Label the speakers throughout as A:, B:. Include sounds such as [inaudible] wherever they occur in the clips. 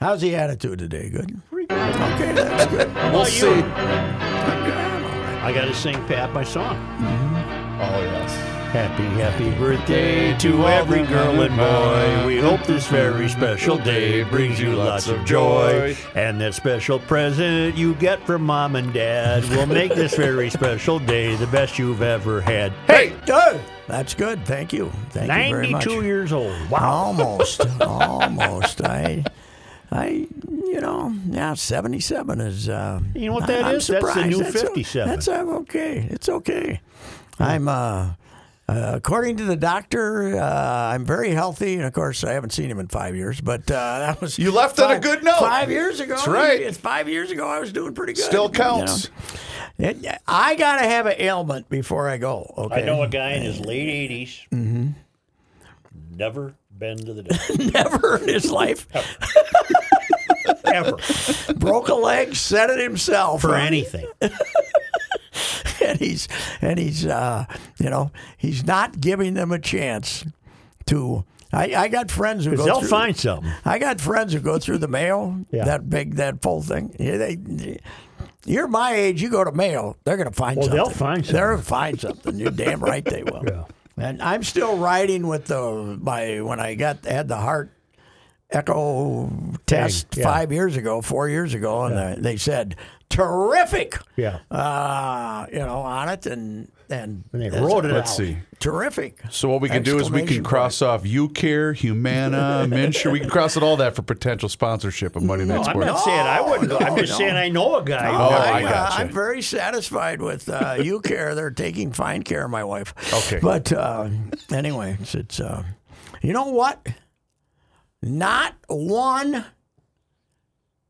A: How's the attitude today? Good. Okay, that's good. We'll see.
B: I got to sing Pat my song.
C: Oh, yes.
B: Happy, happy birthday to every girl and boy. We hope this very special day brings you lots of joy. And that special present you get from mom and dad will make this [laughs] very special day the best you've ever had. Hey,
A: Good. That's good. Thank you. Thank you very much.
B: 92 years old. Wow.
A: Almost. almost. I, I, you know, now 77 is. Uh,
B: You know what
A: I-
B: that
A: I'm
B: is? That's the
A: Surprised.
B: new
A: o-
B: 57.
A: That's uh, okay. It's okay. I'm, uh, uh, according to the doctor, uh, I'm very healthy. And of course, I haven't seen him in five years, but uh, that was.
C: You left on a
A: five-
C: good note.
A: Five years ago.
C: That's right.
A: It's five years ago. I was doing pretty good.
C: Still
A: you know.
C: counts.
A: It- I got to have an ailment before I go. Okay. Mm-hmm.
B: I know a guy in his late 80s. Never been to the doctor.
A: [laughs] Never in his life. [laughs]
B: Ever.
A: broke a leg, said it himself.
B: [laughs] For
A: huh?
B: anything.
A: [laughs] and he's and he's uh, you know he's not giving them a chance to. I, I got friends who go
B: They'll
A: through,
B: find something.
A: I got friends who go through the mail.
B: Yeah.
A: That big that full thing. Yeah, they. You're my age. You go to mail, they're going to find
B: Well,
A: something.
B: they'll find
A: They're going to find something. You're damn right they will. And I'm still riding with the my when I got had the heart echo test
B: yeah.
A: five years ago, four years ago, and uh they said terrific.
B: Yeah.
A: Uh, you know, on it and and
B: And they wrote it
C: Let's
B: out.
C: see.
A: terrific.
C: So what we can do is we can
A: Exclamation
C: cross off
A: [laughs]
C: UCare, Humana, Minsure. We can cross it all that for potential sponsorship of Monday Night
B: I'm
C: Sports.
B: not saying I wouldn't go. I'm
A: Oh, no,
B: just
A: no.
B: saying I know a guy.
A: Oh,
B: who-
A: I,
C: I gotcha.
A: am very satisfied with
C: [laughs]
A: uh, you care. They're taking fine care of my wife.
C: Okay.
A: But uh, anyway, it's, it's uh, you know what? Not one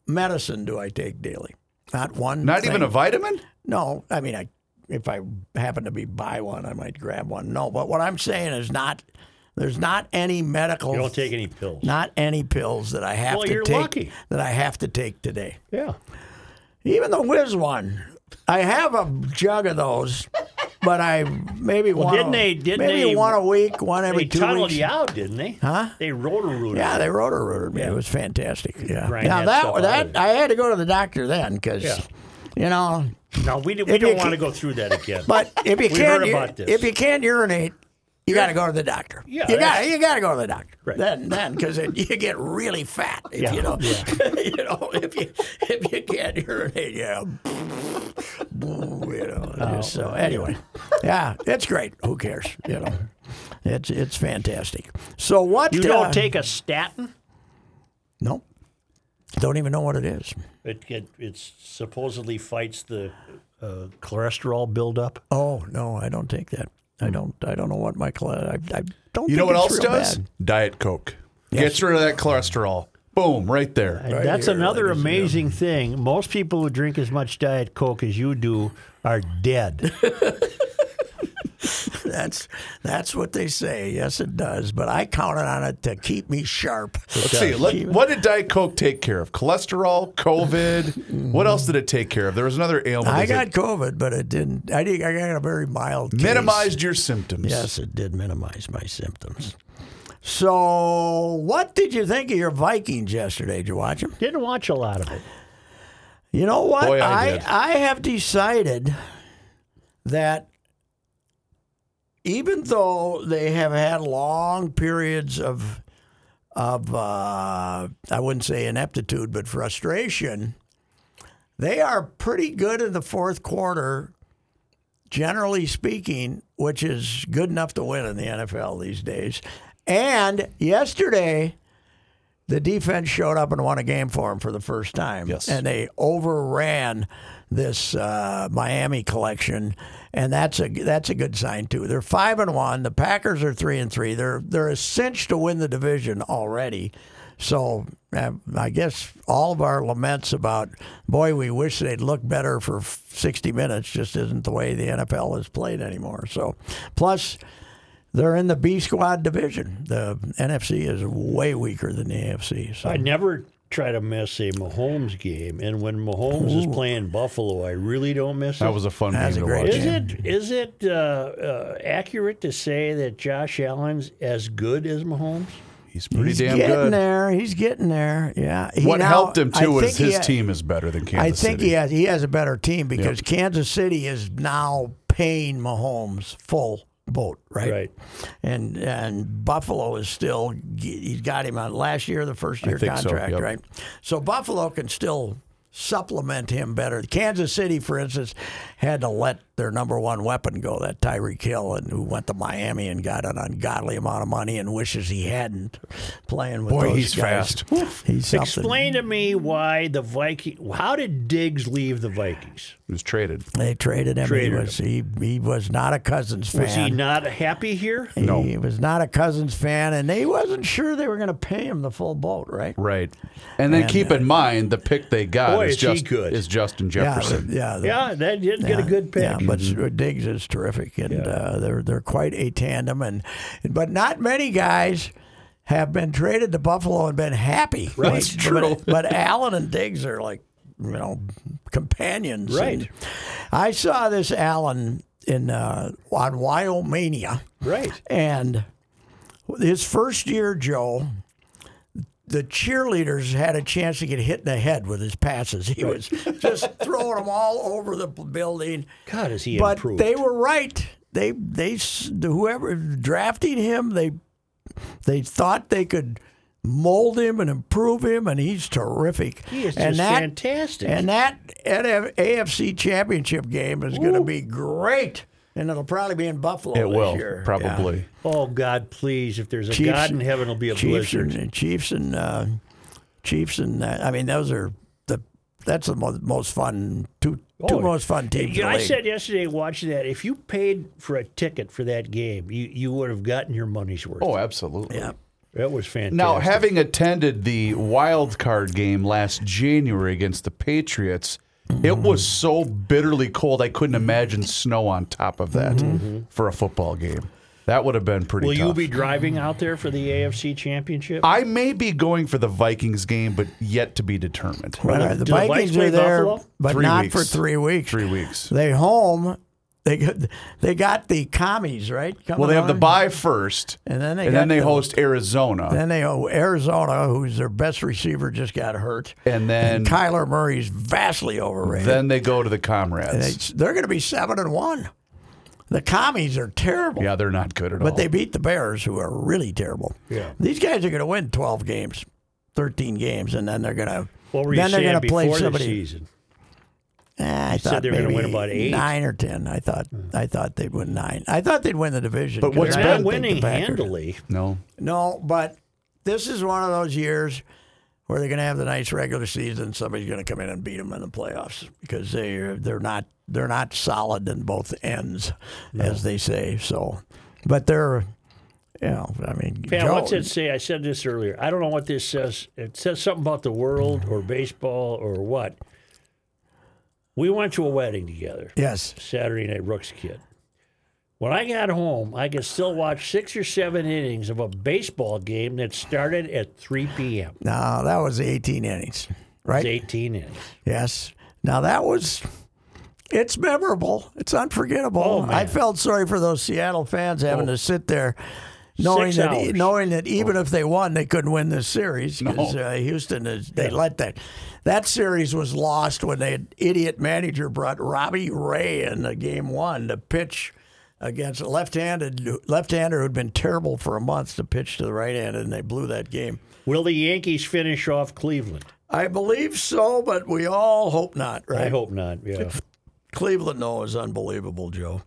A: medicine do I take daily. Not one.
C: Not
A: thing.
C: even a vitamin?
A: No, I mean, I if I happen to be buy one, I might grab one. No, but what I'm saying is not. There's not any medical.
B: You don't take any pills.
A: Not any pills that I have
B: Well,
A: to
B: you're
A: take.
B: lucky.
A: That I have to take today.
B: Yeah.
A: Even the whiz one. I have a jug of those, but I maybe one.
B: didn't
A: a,
B: they- didn't
A: maybe
B: they-
A: one a week, one every
B: They
A: two
B: tunneled
A: weeks.
B: you out, didn't they?
A: Huh?
B: They rotor rooted.
A: Yeah, they rotor rooted me. It was fantastic. Yeah.
B: Grind
A: Now
B: that
A: that
B: stuff out
A: that,
B: of
A: I had to go to the doctor then because,
B: Yeah.
A: you know,
B: No, we, do- we
A: If you
B: don't want to
A: can-
B: go through that again.
A: but if you
B: We
A: can't
B: heard
A: u-
B: about this.
A: if you can't urinate, you got to go to the doctor.
B: Yeah,
A: you got
B: that's-
A: you got to go to the doctor.
B: Right.
A: Then then because you get really fat if
B: Yeah,
A: you don't [laughs] you know if you if you can't urinate yeah. you know.
B: Oh,
A: so anyway, yeah, it's great. Who cares? You know, it's it's fantastic. So what?
B: you
A: uh,
B: don't take a statin?
A: no. Don't even know what it is.
B: It, it it's supposedly fights the uh, cholesterol buildup.
A: Oh no, I don't take that.
B: Hmm.
A: I don't. I don't know what my cl- I, I don't.
C: You know
A: think
C: what
A: it's
C: else
A: real
C: does?
A: bad.
C: Diet Coke. Gets rid of that cholesterol. Boom, right there.
B: And that's another amazing thing. Most people who drink as much Diet Coke as you do are [laughs] dead.
A: That's that's what they say. Yes, it does. But I counted on it to keep me sharp.
C: Let's see. Let, what did Diet Coke take care of?
A: [laughs]
C: Cholesterol, COVID. what else did it take care of? There was another ailment.
A: I
C: Is it
A: got COVID, but it didn't. I did, I got a very mild. Case.
C: minimized your symptoms.
A: Yes, it did minimize my symptoms. So, what did you think of your Vikings yesterday? Did you watch them?
B: Didn't watch a lot of it.
A: You know what?
C: Boy, I
A: I,
C: did.
A: I have decided that even though they have had long periods of of, uh, I wouldn't say ineptitude, but frustration, they are pretty good in the fourth quarter, generally speaking, which is good enough to win in the NFL these days. And yesterday, the defense showed up and won a game for them for the first time.
C: Yes.
A: And they overran this uh, Miami collection, and that's a that's a good sign too. They're five and one. The Packers are three and three. They're they're a cinch to win the division already. So uh, I guess all of our laments about boy, we wish they'd look better for 60 minutes just isn't the way the NFL is played anymore. So plus. They're in the B squad division. The NFC is way weaker than the AFC. So
B: I never try to miss a Mahomes game, and when Mahomes is playing Buffalo, I really don't miss
C: That
B: it.
C: was a fun
A: That's
C: game
A: a
C: to
A: great
C: watch.
B: Is it is it uh, uh, accurate to say that Josh Allen's as good as Mahomes?
C: He's pretty
A: he's
C: damn
A: getting
C: good.
A: there. He's getting there. Yeah. He
C: What
A: now-
C: helped him
A: I
C: too is
A: think he
C: his
A: ha-
C: team is better than
A: I
C: Kansas
A: think
C: City.
A: he has he has a better team because Kansas City is now paying Mahomes full boat, right?
B: Right.
A: And and Buffalo is still he's got him on last year the first year
C: think so,
A: contract,
C: yep.
A: right? So Buffalo can still supplement him better. Kansas City, for instance, had to let their number one weapon go, that Tyreek Hill, and who went to Miami and got an ungodly amount of money and wishes he hadn't playing with
C: Boy,
A: those
C: he's
A: guys.
C: fast.
A: He's something.
B: Explain to me why the Viking. How did Diggs leave the Vikings?
C: He was traded.
A: They traded him.
B: Traded
A: he was he, he was not a Cousins fan.
B: Was he not happy here?
A: He was not a Cousins fan, and they wasn't sure they were going to pay him the full boat, right?
C: Right. And then keep in mind the pick they got
B: Boy,
C: is,
B: is he
C: just,
B: good.
C: is Justin
A: uh, Yeah,
C: Jefferson.
A: the- yeah, the-
B: Yeah, that did get a good pick.
A: Yeah, but Diggs is terrific, and uh, they're they're quite a tandem, and but not many guys have been traded to Buffalo and been happy. Right,
B: That's
A: true. But, but Allen and Diggs are like you know companions.
B: Right.
A: And I saw this Allen in uh, on Wyomania.
B: right.
A: And his first year, Joe, the cheerleaders had a chance to get hit in the head with his passes. He was [laughs] just throwing them all over the building.
B: God, is he
A: but
B: improved?
A: they were right. They they s- whoever drafting him, they they thought they could mold him and improve him, and he's terrific.
B: he is
A: and
B: just
A: that,
B: fantastic.
A: And that NF AFC championship game is going to be great. And it'll probably be in Buffalo.
C: It
A: this
C: will,
A: year. Yeah.
C: probably.
B: oh God, please! If there's a
A: Chiefs-
B: God in heaven, it'll be a
A: Chiefs
B: blizzard.
A: and Chiefs and uh, Chiefs and uh, I mean those are the that's the mo- most fun two two
B: Oh,
A: most fun teams.
B: Yeah,
A: in the
B: I
A: league.
B: said yesterday watching that. If you paid for a ticket for that game, you, you would have gotten your money's worth.
C: Oh, absolutely.
A: yeah.
B: that was fantastic.
C: Now, having attended the wild card game last January against the Patriots, it was
A: Mm-hmm.
C: so bitterly cold I couldn't imagine snow on top of that
A: Mm-hmm.
C: for a football game. That would have been pretty
B: will you
C: tough.
B: be driving out there for the AFC Championship?
A: Uh,
C: I may be going for the Vikings game, but yet to be determined.
A: Well, the,
B: do the Vikes
A: Vikings
B: play
A: are there,
B: Buffalo?
A: but
C: Three
A: not
C: weeks.
A: for three weeks.
C: Three
A: [laughs]
C: weeks.
A: They home. They got, they got the commies right. Coming
C: Well, they have the
A: on.
C: bye first,
A: And then they
C: and then
A: got
C: they
A: the-
C: host Arizona,
A: Then they oh Arizona, who's their best receiver, just got hurt.
C: and then then,
A: Kyler Murray's vastly overrated.
C: they go to the
A: They-
C: Comrades.
A: they're going to be seven and one. The commies are terrible.
C: yeah, they're not good at all.
A: But they beat the Bears, who are really terrible.
B: Oh. Yeah.
A: These guys are going to win 12 games, 13 games, and then they're going to.
B: what were you
A: then they're
B: saying
A: gonna
B: before
A: play
B: the
A: somebody.
B: season?
A: Eh, I
B: said
A: thought
B: they were gonna
A: maybe
B: win about eight. Hmm.
A: nine or ten. I thought I thought they'd win nine. I thought they'd win the division.
C: But
A: 'cause
C: what's
A: I
B: They're
C: been-
A: don't
B: not
A: think
B: winning
A: the Packers-
B: handily.
C: no,
A: No, but this is one of those years where they're going to have the nice regular season. Somebody's going to come in and beat them in the playoffs because they are they're not they're not solid in both ends, as they say. So, but they're. You know, I mean,
B: Pam,
A: Joe,
B: what's it say? I said this earlier. I don't know what this says. It says something about the world or baseball or what. We went to a wedding together.
A: Yes.
B: Saturday Night Rooks kid. When I got home, I could still watch six or seven innings of a baseball game that started at 3 p.m.
A: Now that was 18 innings, right?
B: It's 18 innings.
A: Yes. Now that was. It's memorable. It's unforgettable.
B: Oh, man. Oh.
A: I felt sorry for those Seattle fans having to sit there, knowing
B: Six
A: that e-,
B: hours.
A: knowing that even if they won, they couldn't win this series because uh, Houston is, they let that that series was lost when that idiot manager brought Robbie Ray in the game one to pitch against a left-handed left-hander who'd been terrible for a month to pitch to the right-handed, and they blew that game.
B: Will the Yankees finish off Cleveland?
A: I believe so, but we all hope not, right?
B: I hope not. Yeah.
A: Cleveland, though, is unbelievable, Joe.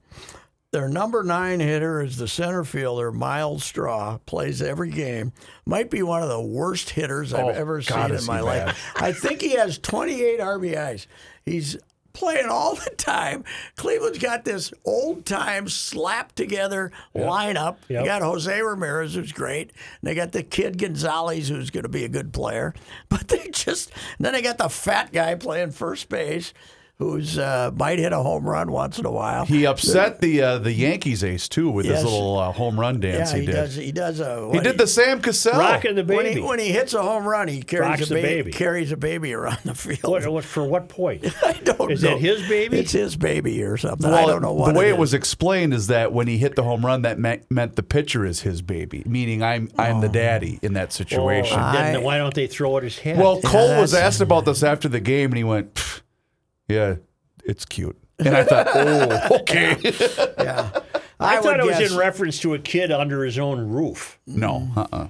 A: Their number nine hitter is the center fielder, Miles Straw, plays every game. Might be one of the worst hitters I've
C: Oh,
A: ever
C: God,
A: seen
C: is
A: in
C: he
A: my
C: bad.
A: life. I think he has 28 RBIs. He's playing all the time. Cleveland's got this old time slap together lineup.
B: Yep.
A: You got Jose Ramirez, who's great. And they got the kid Gonzalez, who's going to be a good player. [laughs] But they just, and then they got the fat guy playing first base. Who's uh, might hit a home run once in a while?
C: He upset the uh, the Yankees ace too with
A: Yes.
C: his little uh, home run dance
A: Yeah, he,
C: he, did.
A: does. He does a.
C: He did the Sam Cassell.
B: Rocking the
A: When
B: baby.
A: he, when he hits a home run, he
B: Rocks
A: carries a
B: the
A: baby,
B: baby.
A: carries a baby around the field.
B: What- what- for
A: [laughs]
B: what point?
A: I don't
B: Is
A: know.
B: that his baby?
A: It's his baby or something.
C: Well,
A: I don't know what
C: the way it,
A: is.
C: was explained is that when he hit the home run, that meant, meant the pitcher is his baby, meaning I'm I'm
A: Oh.
C: the daddy in that situation.
B: Oh, then
A: I-
B: why don't they throw at his head?
C: well, Cole was
A: that's-
C: asked about this after the game, and he went, "Pff, "Yeah, it's cute." And I
A: [laughs]
C: thought, "Oh, okay."
A: Yeah.
B: I, thought
A: would
B: it was
A: guess-
B: in reference to a kid under his own roof.
C: no, uh-uh.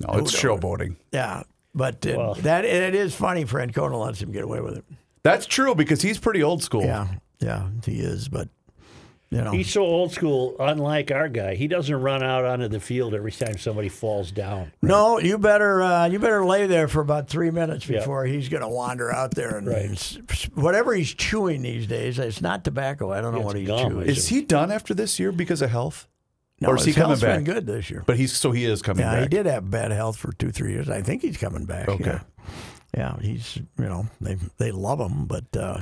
C: no, it's showboating.
A: Yeah, but uh, that it is funny. Francona lets him get away with it.
C: That's true because he's pretty old school.
A: Yeah, yeah, he is. But you know,
B: He's so old school, unlike our guy. He doesn't run out onto the field every time somebody falls down.
A: no, you better uh, you better lay there for about three minutes before he's going to wander out there and
B: Right.
A: s- s- whatever he's chewing these days. It's not tobacco. I don't know what he's
B: gum,
A: chewing.
C: Is he done after this year because of health?
A: No,
C: or is he
A: his health's
C: coming
A: been
C: back?
A: good this year.
C: But he's so he is coming
A: Yeah,
C: back.
A: he did have bad health for two, three years. I think he's coming back.
C: Okay.
A: Yeah, yeah he's you know they they love him, but uh,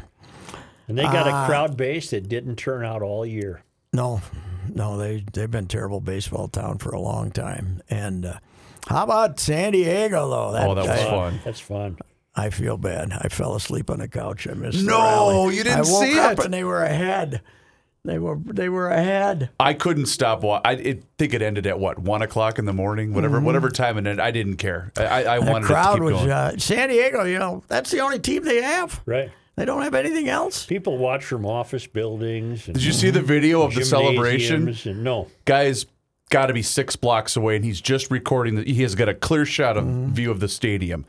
B: And they got
A: Ah.
B: a crowd base that didn't turn out all year.
A: no, no, they they've been terrible baseball town for a long time. And uh, how about San Diego though?
C: Oh, that was
A: guy-
C: fun.
B: That's fun.
A: I feel bad. I fell asleep on the couch. I missed. the
C: No,
A: rally.
C: you didn't
A: I woke
C: see
A: up
C: it.
A: and they were ahead. They were they were ahead.
C: I couldn't stop. Wa- I it, think it ended at what one o'clock in the morning, whatever, whatever time it ended. I didn't care. I, I, I
A: Mm-hmm. The
C: wanted it to
A: crowd
C: keep
A: was
C: going.
A: uh, San Diego. You know that's the only team they have.
B: Right.
A: They don't have anything else.
B: People watch from office buildings. And
C: Did you see the video of the celebration?
B: gymnasiums And, no.
C: Guys, got to be six blocks away, and he's just recording. The, he has got a clear shot of
A: Mm-hmm.
C: view of the stadium,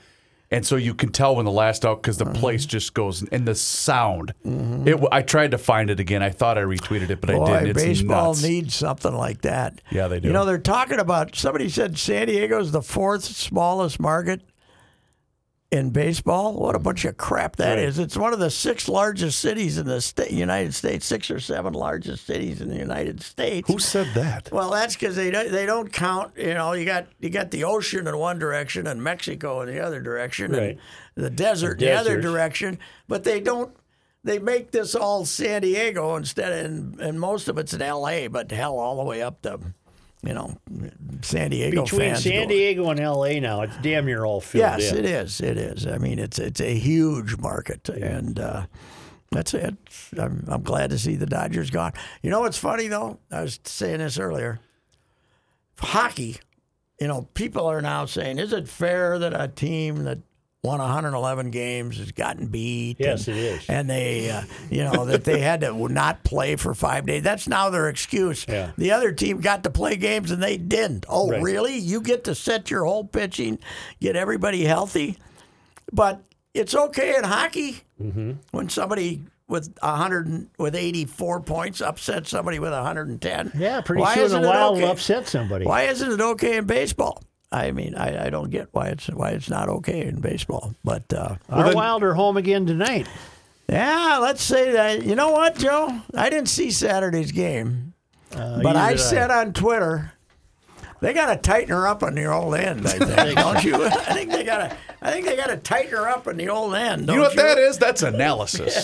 C: and so you can tell when the last out because the
A: Mm-hmm.
C: place just goes and the sound. It. wa- I tried to find it again. I thought I retweeted it, but
A: Boy,
C: I didn't. It's
A: baseball
C: nuts.
A: needs something like that.
C: Yeah, they do.
A: You know, they're talking about somebody said San Diego's the fourth smallest market in baseball. What a
C: Mm.
A: bunch of crap that is! It's one of the six largest cities in the sta United States, six or seven largest cities in the United States.
C: Who said that?
A: well, that's because they don't, they don't count. You know, you got you got the ocean in one direction and Mexico in the other direction,
B: Right.
A: and the desert in the other
B: Desert.
A: direction. But they don't. They make this all San Diego instead, of, and, and most of it's in L.A. But hell, all the way up to, you know, San Diego.
B: Between
A: fans
B: San
A: go-
B: Diego and L.A. now, it's damn near all filled
A: Yes,
B: in.
A: it is. It is. I mean, it's it's a huge market, and uh, that's it. I'm, I'm glad to see the Dodgers gone. You know what's funny though? I was saying this earlier. Hockey, you know, people are now saying, "Is it fair that a team that won 111 games has gotten beat?"
B: Yes,
A: and,
B: it is.
A: And they, uh, you know, that they had to not play for five days. That's now their excuse.
B: Yeah.
A: The other team got to play games and they didn't. Oh,
B: Right.
A: really? You get to set your whole pitching, get everybody healthy. But it's okay in hockey
B: Mm-hmm.
A: when somebody with 100 and- with 84 points upsets somebody with 110.
B: Yeah, pretty
A: Why
B: soon
A: isn't
B: the
A: it
B: Wild
A: okay?
B: upset somebody.
A: Why isn't it okay in baseball? I mean, I, I don't get why it's why it's not okay in baseball. But uh,
B: Our Wild are home again tonight.
A: yeah, let's say that. You know what, Joe? I didn't see Saturday's game, but
B: Uh, neither
A: I
B: did I.
A: said on Twitter they got to tighten her up on the old end.
B: [laughs]
A: I think, don't you? [laughs] I think they got to. I think they got to tighten her up on the old end.
C: you
A: Don't
C: know what
A: you?
C: that is? That's analysis.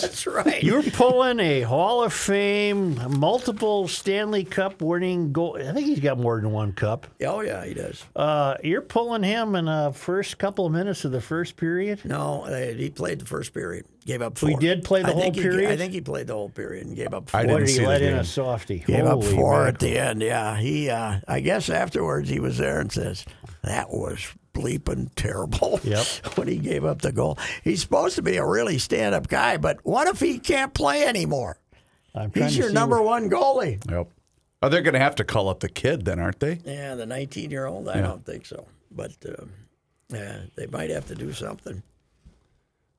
A: [laughs] That's right.
B: You're pulling a Hall of Fame, multiple Stanley Cup winning goal. I think he's got more than one cup.
A: oh yeah, he does.
B: Uh, you're pulling him in the first couple of minutes of the first period.
A: No, they, he played the first period. Gave up four.
B: He did play the
A: I think
B: whole
A: he- I
B: period?
A: think he played the whole period and gave up four.
C: I
B: What
C: didn't
B: did he
C: see the
B: let in
C: game.
B: a softy?
A: Gave up
B: Holy
A: four
B: mackerel.
A: at the end. Yeah, he. Uh, I guess afterwards he was there and says that was bleeping terrible.
B: [laughs] Yep.
A: [laughs] when he gave up the goal, he's supposed to be a really stand-up guy, but what if he can't play anymore?
B: I'm trying
A: He's
B: to
A: your
B: see
A: number
B: where-
A: one goalie.
C: Yep. Oh, they're going to have to call up the kid then, aren't they?
A: Yeah, the 19 year old. I don't think so, but uh, yeah, they might have to do something.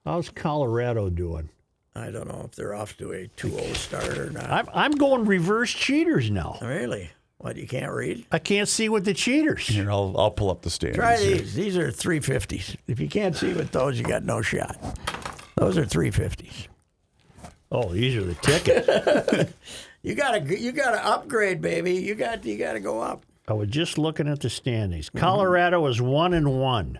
B: How's Colorado doing?
A: I don't know if they're off to a 2-0 start or not.
B: I'm, I'm going reverse cheaters now.
A: really? What you can't read?
B: I can't see with the cheaters.
C: Here, I'll, I'll pull up the standings.
A: Try these. These are 350s. If you can't see with those, you got no shot. Those are 350s.
B: Oh, these are the tickets.
A: You gotta you gotta upgrade, baby. You got you gotta go up.
B: I was just looking at the standings.
A: Mm-hmm.
B: Colorado is one and one,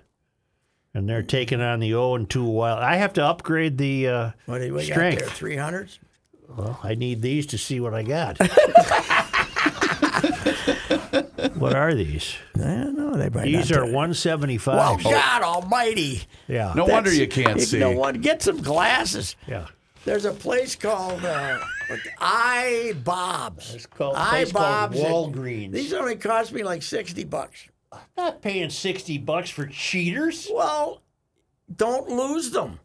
B: and they're taking on the zero and two wild. I have to upgrade the uh,
A: What do we
B: strength.
A: got there? 300s.
B: Well, I need these to see what I got.
A: [laughs]
B: what are these?
A: I don't know. They might
B: These
A: not
B: are
A: do it.
B: one seventy
A: Oh,
B: five.
A: God Almighty!
B: Yeah.
C: No wonder
A: That's-
C: you can't see.
A: No one get some glasses.
B: Yeah.
A: There's a place called uh, what- I Bob's.
B: It's called-
A: I
B: place called
A: Bob's. at-
B: Walgreens.
A: These only cost me like sixty bucks.
B: Not paying sixty bucks for cheaters.
A: Well, don't lose them.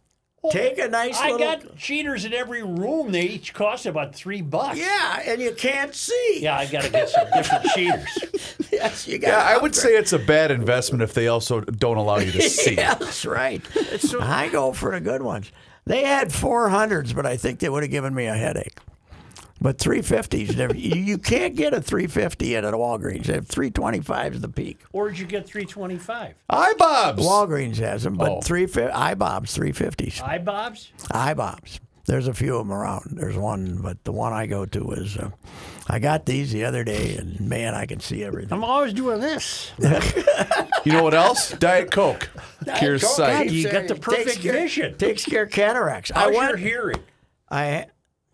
A: Take a nice
B: Oh, I
A: little.
B: got cheaters in every room. They each cost about three bucks.
A: yeah, and you can't see.
B: Yeah, I gotta get some different cheaters.
A: [laughs] Yes, you got.
C: Yeah, I would say it's a bad investment if they also don't allow
A: [laughs]
C: you to see.
A: Yeah, that's right. I go for the good ones. They had 400s, but I think they would have given me a headache. But 350s, never- you you can't get a 350 at a Walgreens. They have 325 is the peak.
B: Where'd you get three twenty five?
C: Hi, Bob's.
A: Walgreens has them, but
C: Oh.
A: 350 IBOBs, 350s.
B: I Bob's?
A: IBOBs. There's a few of them around. There's one, but the one I go to is uh, I got these the other day, and man, I can see everything.
B: I'm always doing this.
C: You know what else? [laughs] Diet Coke. Cures
A: Coke,
C: sight.
A: God,
B: You got the
A: Takes
B: perfect
A: care-
B: vision.
A: Takes care of cataracts. I
B: How's your
A: went.
B: hearing?
A: I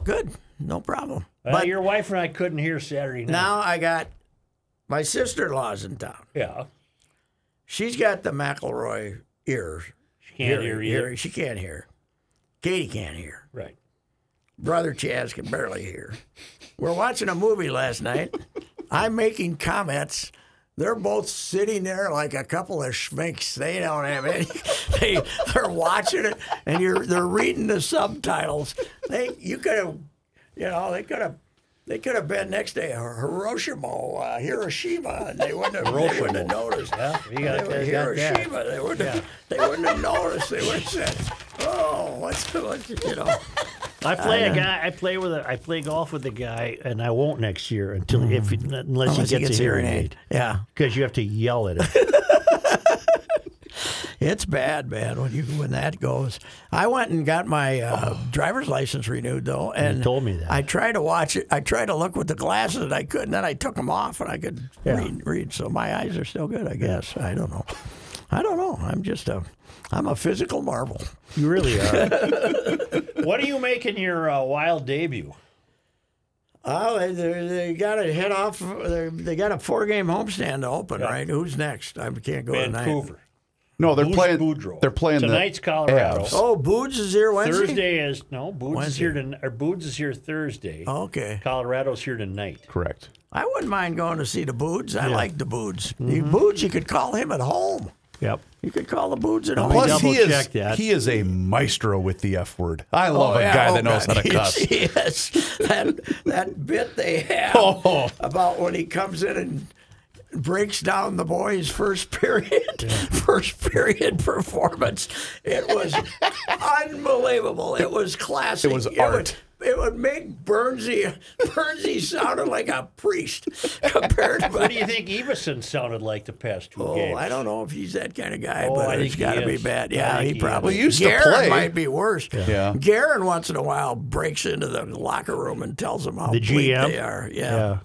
A: good, no problem.
B: Well, your wife and I couldn't hear Saturday night.
A: Now I got my sister in law's in town.
B: yeah.
A: She's got the McElroy ears.
B: She can't hear either.
A: She can't hear. Katie can't hear.
B: Right.
A: Brother Chaz can barely hear. We're watching a movie last night. I'm making comments. They're both sitting there like a couple of schminks. They don't have any. [laughs] They, they're watching it, and you're they're reading the subtitles. They you could have, you know, they could have. They could have been next day Hiroshima, uh, Hiroshima, and they wouldn't have, they wouldn't have noticed.
B: You got,
A: They were
B: you got that.
A: Hiroshima. They wouldn't, have, they wouldn't have noticed. They would have said, "Oh, what's what's you know."
B: I play a guy. I play with a. I play golf with a guy, and I won't next year until if
A: Mm.
B: unless, he gets, a hearing aid
A: Yeah,
B: because you have to yell at him.
A: it's bad, man. When you when that goes, I went and got my uh, driver's license renewed though, and
B: told me that.
A: I tried to watch it. I tried to look with the glasses, and I couldn't. Then I took them off, and I could read, read. So my eyes are still good, I guess. I don't know. I don't know. I'm just a, I'm a physical marvel.
B: you really are. [laughs] what are you making your uh, wild debut?
A: Oh, they, they, they got to head off. They, they got a four-game homestand to open, right? Who's next? I can't go tonight.
B: Vancouver.
C: No, they're
B: Who's
C: playing.
B: Boudreaux?
C: They're playing
B: Tonight's
C: the
B: Colorado.
C: Avs.
A: Oh, Boods is here Wednesday.
B: Thursday is no. Boots is here to, or Boots is here Thursday.
A: Okay,
B: Colorado's here tonight.
C: Correct.
A: I wouldn't mind going to see the Boods. I like the Boods. The
C: Mm-hmm.
A: Boods, you could call him at home.
B: Yep.
A: You could call the Boods at home.
C: Plus, he is
B: double-checked that.
C: he is a maestro with the F word. I love a
A: Yeah,
C: guy
A: oh,
C: that knows
A: God. [laughs]
C: [laughs] how to cuss.
A: yes, that that bit they have
C: Oh.
A: about when he comes in and breaks down the boys' first period, [laughs] first period performance. It was unbelievable. It was classic.
C: It was
A: Would,
C: art.
A: it would make Bernsey. Bernsey sounded like a priest [laughs] compared to.
B: What do you think Everson sounded like the past two
A: Oh,
B: games?
A: I don't know if he's that kind of guy,
B: Oh, I
A: but
B: think
A: it's
B: he
A: got to be
B: is.
A: bad.
B: I
A: Yeah,
B: think
A: he
B: he
A: probably
C: is. Well, he used to
A: Garen
C: play.
A: Might be worse.
C: Yeah.
A: Garen once in a while breaks into the locker room and tells them how
B: The
A: bleak
B: GM?
A: they are. Yeah,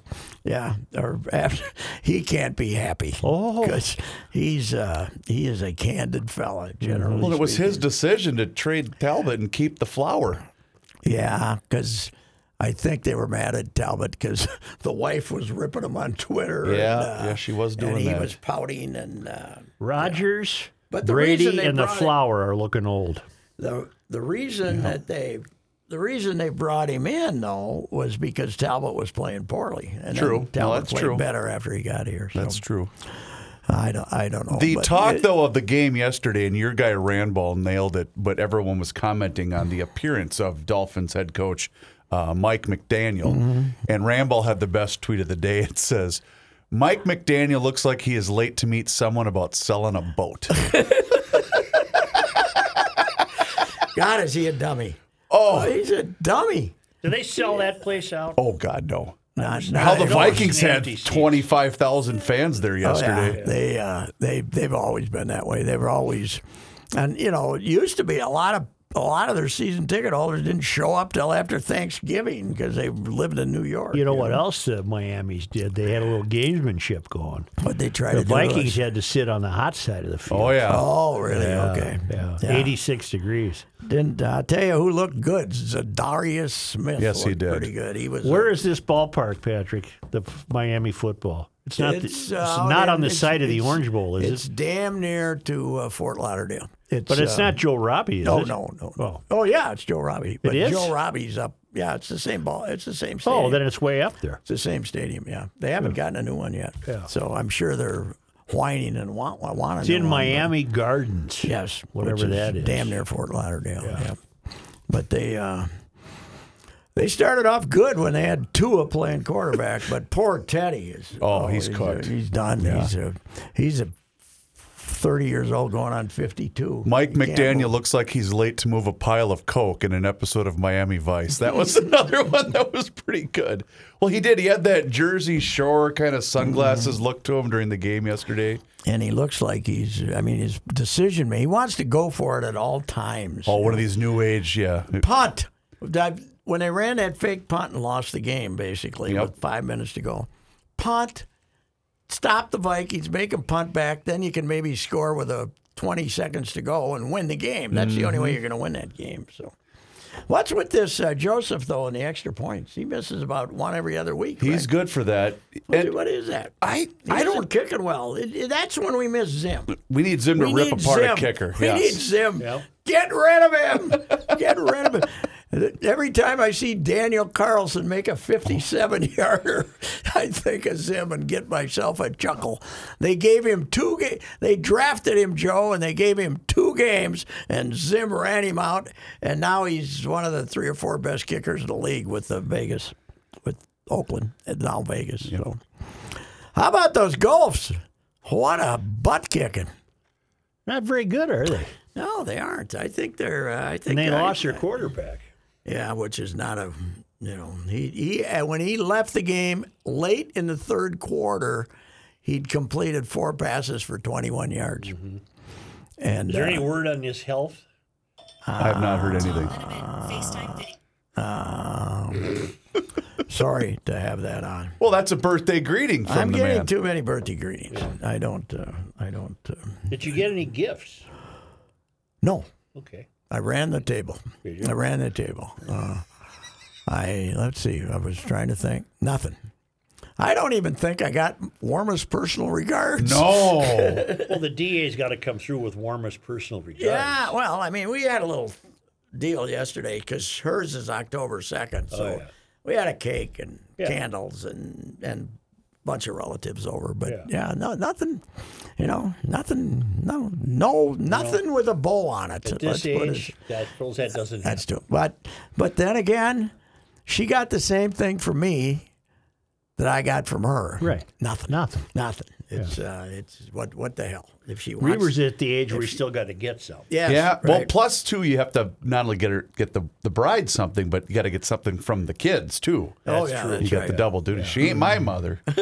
A: yeah. Or after, [laughs] he can't be happy.
B: Oh.
A: because he's uh, he is a candid fella generally.
C: Well, it was his decision to trade Talbot and keep the flower. Mm-hmm.
A: Yeah, because I think they were mad at Talbot because [laughs] the wife was ripping him on Twitter.
C: Yeah,
A: and, uh,
C: yeah, she was doing
A: and he
C: that.
A: was pouting and. Uh,
B: Rogers,
A: But the reason
B: Brady,
A: they
B: and the
A: brought it-
B: Flower are looking old.
A: the the reason that they the reason they brought him in though was because Talbot was playing poorly. And then
C: True. No,
A: Talbot
C: that's
A: played
C: true.
A: better after he got here. So
C: That's true.
A: I don't I don't know.
C: The
A: but
C: talk
A: it-
C: though of the game yesterday, and your guy Randball nailed it, but everyone was commenting on the appearance of Dolphins head coach uh, Mike McDaniel.
A: Mm-hmm.
C: And Ramball had the best tweet of the day. It says, Mike McDaniel looks like he is late to meet someone about selling a
A: [laughs]
C: boat.
A: God, is he a dummy?
C: Oh.
A: he's a dummy.
D: Do they sell that place out?
C: oh, God, no.
A: Not,
C: How the
D: It always
C: Vikings
D: an
C: had
D: empty seat.
C: 25,000 fans there yesterday.
A: Oh, Yeah, they uh, they they've always been that way. They were always, and you know, it used to be a lot of a lot of their season ticket holders didn't show up till after Thanksgiving because they lived in New York.
D: You know what else the Miami's did? They had a little gamesmanship going.
A: But they tried
D: The
A: to do was-
D: Vikings had to sit on the hot side of the field.
C: Oh, yeah.
A: Oh, really? okay.
D: Yeah.
A: Yeah.
D: 86 degrees.
A: Didn't uh, tell you who looked good? Zadarius Smith.
C: Yes, he
A: looked
C: did.
A: Pretty good. He was.
D: Where is this ballpark, Patrick? The f- Miami football. It's not. the, it's
A: uh, out
D: not
A: in-
D: on the
A: it's-
D: side of the
A: it's-
D: Orange Bowl, is
A: It's
D: it?
A: damn near to uh, Fort Lauderdale. It's,
D: But it's
A: uh,
D: not Joe Robbie, is
A: No,
D: it?
A: no, no.
D: Oh.
A: no. Oh, yeah, it's Joe Robbie. But
D: is?
A: Joe Robbie's up. Yeah, it's the same ball. It's the same stadium.
D: Oh, then it's way up there.
A: It's the same stadium, yeah. They haven't gotten a new one yet. Yeah. So I'm sure they're whining and want want, want a
D: It's
A: new
D: in
A: one,
D: Miami Gardens.
A: but- yes,
D: whatever
A: which
D: that is.
A: Damn near Fort Lauderdale. Yeah. But they uh, they started off good when they had Tua playing quarterback, but poor Teddy is.
C: Oh, he's cooked.
A: he's done. He's a he's a thirty years old, going on fifty two.
C: Mike McDaniel looks like he's late to move a pile of coke in an episode of Miami Vice. That was [laughs] another one that was pretty good. Well, he did. He had that Jersey Shore kind of sunglasses look to him during the game yesterday.
A: and he looks like he's. I mean, his decision man. He wants to go for it at all times.
C: Oh, one of these new age, yeah.
A: punt. That- When they ran that fake punt and lost the game, basically,
C: Yep.
A: with five minutes to go, punt, stop the Vikings, make them punt back. Then you can maybe score with a 20 seconds to go and win the game. That's the only way
C: Mm-hmm.
A: you're going to win that game. So, what's with this uh, Joseph though and the extra points? He misses about one every other week. right?
C: He's good for that.
A: What-
C: And
A: what is that?
C: I,
A: He
C: I
A: isn't
C: don't.
A: kicking well. It- it- that's when we miss Zim.
C: We need Zim to
A: We
C: rip
A: need
C: apart
A: Zim.
C: a kicker.
A: We
C: yes.
A: need Zim. Get rid of him. [laughs] Get rid of him. Every time I see Daniel Carlson make a 57 yarder, [laughs] I think of Zim and get myself a chuckle. They gave him two ga- they drafted him Joe and they gave him two games and Zim ran him out and now he's one of the three or four best kickers in the league with the Vegas with Oakland and now Vegas. So how about those golfs? What a butt kicking.
D: Not very good, are they?
A: No, they aren't. I think they're. Uh, I
D: And
A: think
D: they
A: I-
D: lost their quarterback.
A: Yeah, which is not a. You know, he he uh, when he left the game late in the third quarter, he'd completed four passes for 21 yards.
D: Mm-hmm.
A: And
D: Is there
A: uh,
D: any word on his health?
C: I've not heard anything.
A: sorry to have that on.
C: Well, that's a birthday greeting from
A: I'm
C: the
A: getting
C: man.
A: too many birthday greetings. I don't. Uh, I don't. Uh,
D: Did you get any gifts?
A: no,
D: Okay.
A: I ran the table. I ran the table. Uh, I let's see. I was trying to think. Nothing. I don't even think I got warmest personal regards. [laughs]
C: no.
D: Well, the DA's got to come through with warmest personal regards.
A: Yeah. Well, I mean, we had a little deal yesterday because hers is October second, so we had a cake and candles and and bunch of relatives over. But yeah, no, nothing. You know, nothing. No, no, nothing with a bow on it.
D: At this
A: put it-
D: age, that girl's head doesn't.
A: That's true. But but then again, she got the same thing from me that I got from her.
D: Right.
A: Nothing.
D: Nothing.
A: Nothing. It's uh, it's what what the hell if she wants.
D: Reaver's at the age where he still got to get some.
A: Yes,
C: Yeah. Well,
A: right.
C: plus two, you have to not only get her, get the, the bride something, but you got to get something from the kids too.
A: oh yeah,
C: You
A: that's
C: got
A: right.
C: the double duty. She ain't my mother. [laughs]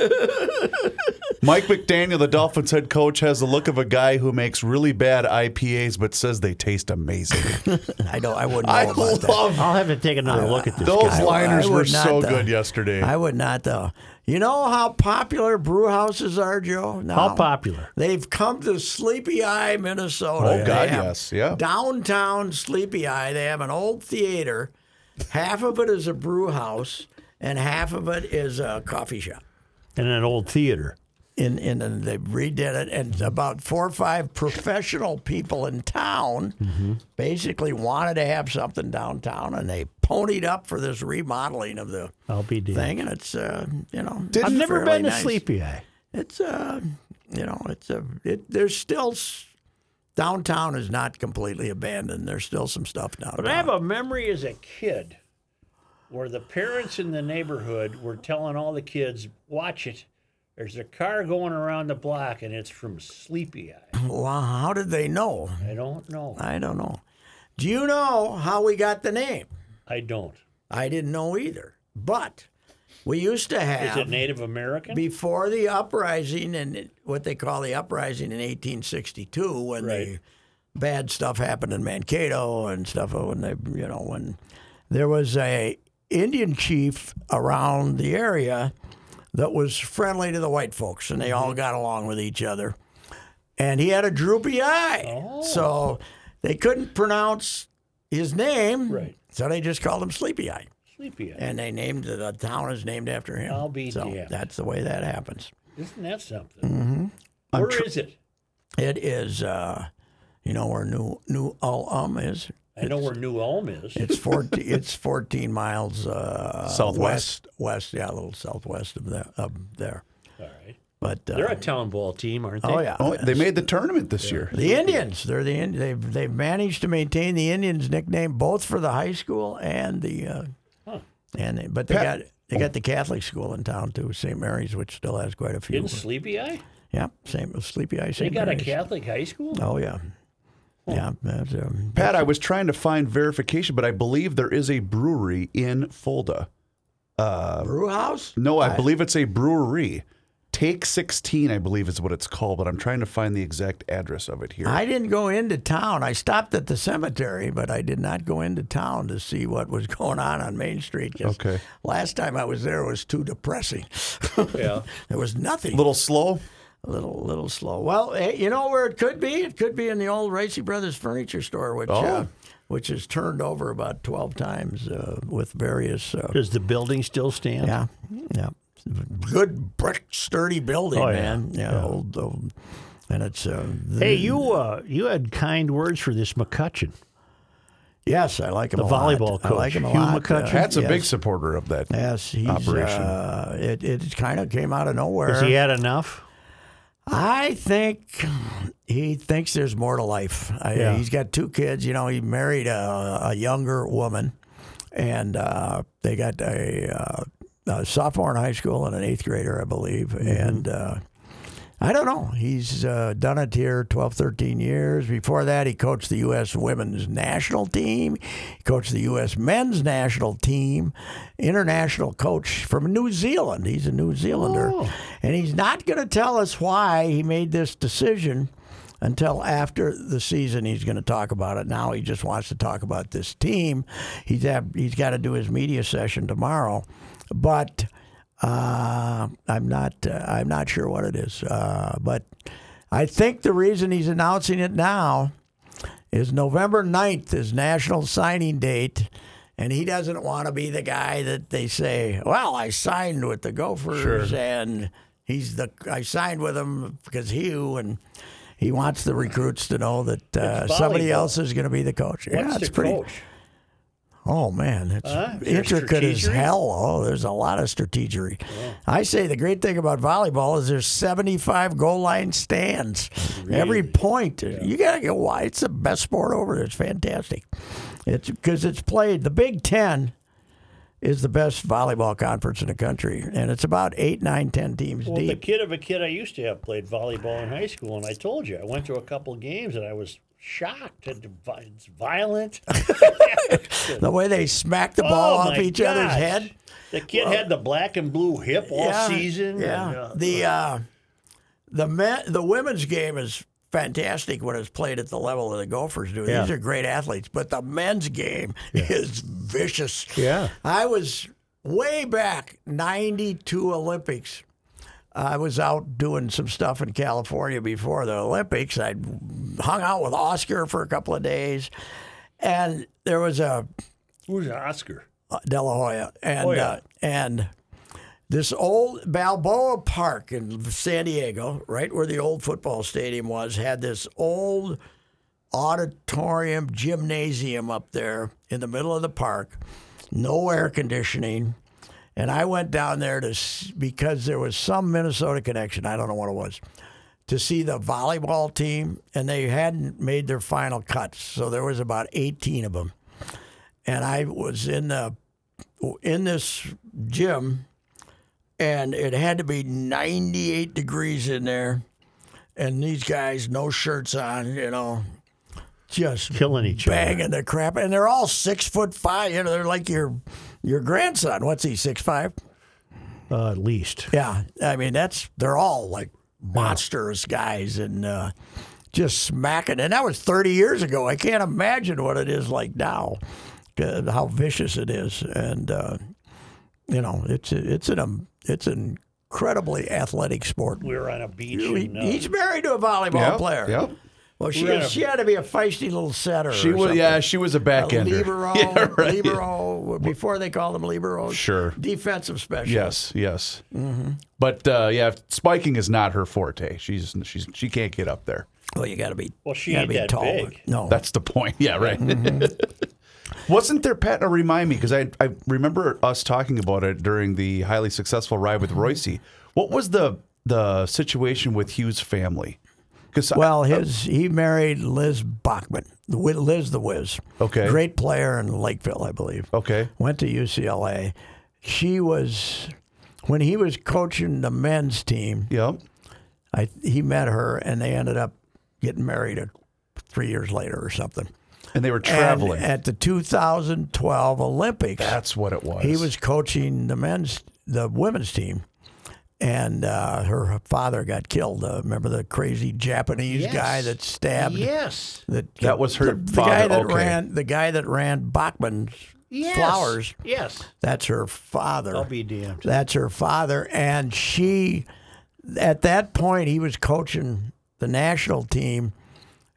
C: Mike McDaniel, the Dolphins head coach, has the look of a guy who makes really bad IPAs but says they taste amazing.
A: [laughs] I don't. I wouldn't. Know
C: I
A: about that.
C: love
D: I'll have to take another look at this.
C: those
D: guy.
C: liners
A: I
C: were
A: would not,
C: so
A: though.
C: good yesterday.
A: I would not though. You know how popular brew houses are, Joe. Now,
D: How popular?
A: They've come to Sleepy Eye, Minnesota.
C: Oh,
A: They
C: God,
A: have
C: yes, yeah.
A: Downtown Sleepy Eye, they have an old theater. Half of it is a brew house, and half of it is a coffee shop.
D: In an old theater.
A: And, and then they redid it, and about four or five professional people in town
C: Mm-hmm.
A: basically wanted to have something downtown, and they ponied up for this remodeling of the
D: I'll be damned.
A: thing. And it's, uh, you know,
D: I've never
A: fairly
D: been to
A: nice
D: Sleepy Eye.
A: it's uh you know it's a it, there's still s- downtown is not completely abandoned there's still some stuff downtown
D: But I have a memory as a kid
B: where the parents in the neighborhood were telling all the kids, "Watch it! There's a car going around the block, and it's from Sleepy Eye."
A: Well, how did they know?
B: I don't know.
A: I don't know. Do you know how we got the name?
B: I don't.
A: I didn't know either. But we used to
B: Is
A: have
B: it Native American?
A: before the uprising and it- what they call the uprising in 1862 when
B: Right.
A: the bad stuff happened in Mankato and stuff uh, when they you know when there was a Indian chief around the area that was friendly to the white folks and they
B: Mm-hmm.
A: all got along with each other and he had a droopy eye
B: Oh.
A: so they couldn't pronounce his name
B: Right.
A: so they just called him sleepy eye
B: Sleepy Eye.
A: and they named the town is named after him.
B: I'll be
A: so
B: damned.
A: That's the way that happens.
B: Isn't that something? Mm-hmm. it?
A: It is, uh, you know, where New New Ul Um is.
B: I know where New Ulm is.
A: It's
B: [laughs]
A: fourteen. it's fourteen miles uh,
C: Southwest.
A: west, west, yeah, a little southwest of there. Of there.
B: All right.
A: But uh,
B: They're a town ball team, aren't they?
A: oh yeah,
C: Oh, they made the tournament this year.
A: the Indians. They're the Ind- they've they've managed to maintain the Indians nickname both for the high school and the. Uh, And they, but they
C: Pat-
A: got they got the Catholic school in town too, St. Mary's, which still has quite a few.
B: In Sleepy Eye?
A: Yeah, same Sleepy Eye.
B: They
A: St.
B: got a Oh.
A: Mary's.
B: Catholic high school?
A: Oh yeah, yeah. That's, um,
C: Pat, I was trying to find verification, but I believe there is a brewery in Fulda.
A: brew house.
C: No, I believe it's a brewery. Take 16, I believe is what it's called, but I'm trying to find the exact address of it here.
A: I didn't go into town. I stopped at the cemetery, but I did not go into town to see what was [laughs] going on on Main Street. 'cause
C: Okay.
A: Last time I was there it was too depressing. [laughs]
B: Yeah.
A: there was nothing.
C: little slow.
A: A little, little slow. Well, eh, you know where it could be? It could be in the old Ricey Brothers furniture store, which uh,
C: Oh.
A: which is turned over about twelve times uh, with various. Uh,
D: Does the building still stand?
A: Yeah, yeah. Good brick, sturdy building,
D: Oh, yeah.
A: man. Yeah, Old, old, and it's. Uh, the-
D: Hey, you uh, you had kind words for this McCutcheon.
A: Yes, I like him.
D: The
A: a lot.
D: volleyball
A: I like
D: coach,
A: him a
D: Hugh
A: lot.
D: McCutcheon.
C: Pat's a
A: yes.
C: big supporter of that.
A: Yes, he's,
C: Operation.
A: Uh, it it kind of came out of nowhere.
D: Has he had enough?
A: I think he thinks there's more to life. I,
D: Yeah.
A: He's got two kids. You know, he married a, a younger woman, and uh, they got a, uh, a sophomore in high school and an eighth grader, I believe.
D: Mm-hmm.
A: And uh, I don't know. He's uh, done it here 12, 13 years. Before that, he coached the U.S. women's national team, he coached the U.S. men's national team, international coach from New Zealand. He's a New Zealander. And he's not going to tell us why he made this decision until after the season he's going to talk about it now he just wants to talk about this team he's have, he's got to do his media session tomorrow but uh, I'm not uh, I'm not sure what it is uh, but I think the reason he's announcing it now is November 9th is national signing date and he doesn't want to be the guy that they say well I signed with the Gophers and he's the I signed with him because Hugh and he wants the recruits to know that uh,
B: It's
A: somebody
B: volleyball.
A: else is going to be the coach yeah
B: What's
A: it's
B: the
A: pretty
B: coach?
A: Oh man, it's
B: Huh? There's
A: intricate as
B: Ah, strategery?
A: hell. Oh, there's a lot of strategery. I say the great thing about volleyball is there's 75 goal line stands. Every point, you gotta go. Why? It's the best sport over. It's fantastic. It's because it's played. The Big Ten is the best volleyball conference in the country, and it's about eight, nine, ten teams
B: Well, the
A: deep.
B: kid of a kid I used to have played volleyball in high school, and I told you I went to a couple games and I was shocked. at the vi- It's violent.
A: The way they smack the [laughs] ball
B: Oh,
A: off
B: my
A: each other's
B: gosh.
A: head.
B: The kid had the black and blue hip all season.
A: Yeah,
B: and, uh,
A: the uh, the men, the women's game is fantastic when it's played at the level that the Gophers do. These are great athletes, but the men's game is vicious.
D: Yeah.
A: I was way back '92 Olympics. I was out doing some stuff in California before the Olympics. I hung out with Oscar for a couple of days, and there was a
B: who's Oscar?
A: uh, De La Hoya, and
B: yeah.
A: uh, and this old Balboa Park in San Diego, right where the old football stadium was, had this old auditorium gymnasium up there in the middle of the park, no air conditioning. And I went down there to s- because there was some Minnesota connection. I don't know what it was to see the volleyball team, and they hadn't made their final cuts, so there was about eighteen of them and I was in the in this gym, and it had to be 98 degrees in there, and these guys, no shirts on, you know, just
D: Killing each other.
A: banging the crap, and they're all six foot five. You know, they're like your your grandson. What's he six five?
D: Uh, at least.
A: Yeah, I mean that's they're all like monstrous guys and uh, just smacking. And that was 30 years ago. I can't imagine what it is like now, uh, how vicious it is. And uh, you know, it's it's an um, it's an incredibly athletic sport.
D: We were on a beach.
A: He-
D: and, uh,
A: He's married to a volleyball
C: Yep,
A: player.
C: yep.
A: Well, she she had to be a feisty little setter.
C: [laughs] She
A: or
C: was,
A: something.
C: yeah, she was a
A: A
C: back [laughs] ender.
A: libero, libero. Before they called them libero.
C: Sure.
A: Defensive specialist.
C: Yes, yes.
A: Mm-hmm.
C: But uh, yeah, spiking is not her forte. She's she's she can't get up there.
A: Well, you got to be.
D: Well, she
A: gotta
D: ain't
A: be
D: that
A: tall.
D: big.
A: No,
C: Oh. That's the point. [laughs] Yeah, right. Mm-hmm. Wasn't there Pat? Now remind me, because I I remember us talking about it during the highly successful ride with Royce. What was the the situation with Hughes' family? Because
A: well, his he married Liz Bachman, the Wi- Liz the Wiz.
C: Okay.
A: great player in Lakeville, I believe.
C: okay,
A: went to UCLA. She was when he was coaching the men's team.
C: yeah,
A: I he met her, and they ended up getting married a, three years later or something.
C: and they were
A: And
C: traveling.
A: at the 2012 Olympics.
C: That's what it was.
A: He was coaching the men's, the women's team, and uh, her father got killed. Uh, remember the crazy Japanese
D: Yes.
A: guy that stabbed?
D: Yes.
A: That,
C: That was her
A: the, the guy
C: father,
A: that
C: okay.
A: ran the guy that ran Bachman's
D: Yes.
A: flowers.
D: Yes.
A: That's her father.
D: I'll be damned.
A: That's her father, and she, at that point, he was coaching the national team,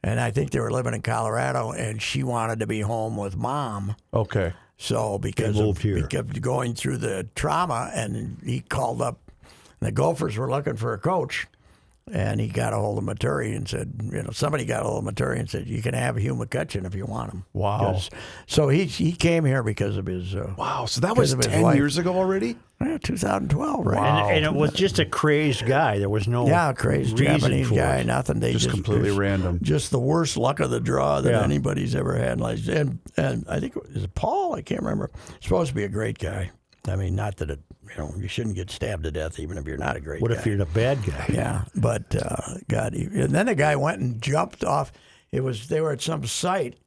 A: and I think they were living in Colorado, and she wanted to be home with mom.
C: Okay,
A: So because
D: They moved
A: of,
D: here.
A: because of going through the trauma, and he called up. The Gophers were looking for a coach, and he got a hold of Maturi and said, you know, somebody got a hold of Maturi and said, you can have Hugh McCutcheon if you want him.
C: Wow.
A: 'Cause- So he he came here because of his uh,
C: wow. So that was
A: of his
C: ten
A: wife.
C: years ago already.
A: yeah, 2012, right?
C: Wow.
D: And, and it was just a crazed guy. There was no
A: Yeah, crazy
D: Oh, reason
A: Japanese
D: for
A: guy,
D: It.
A: nothing. They
C: Just
A: just,
C: completely
A: just-
C: random.
A: Just the worst luck of the draw that
D: Yeah.
A: anybody's ever had. in life. And and I think it was Paul. I can't remember. Supposed to be a great guy. I mean, not that it. You know, you shouldn't get stabbed to death even if you're not a great.
D: What
A: guy.
D: if you're the bad guy?
A: Yeah, but uh, God, he- and then the guy went and jumped off. It was they were at some site,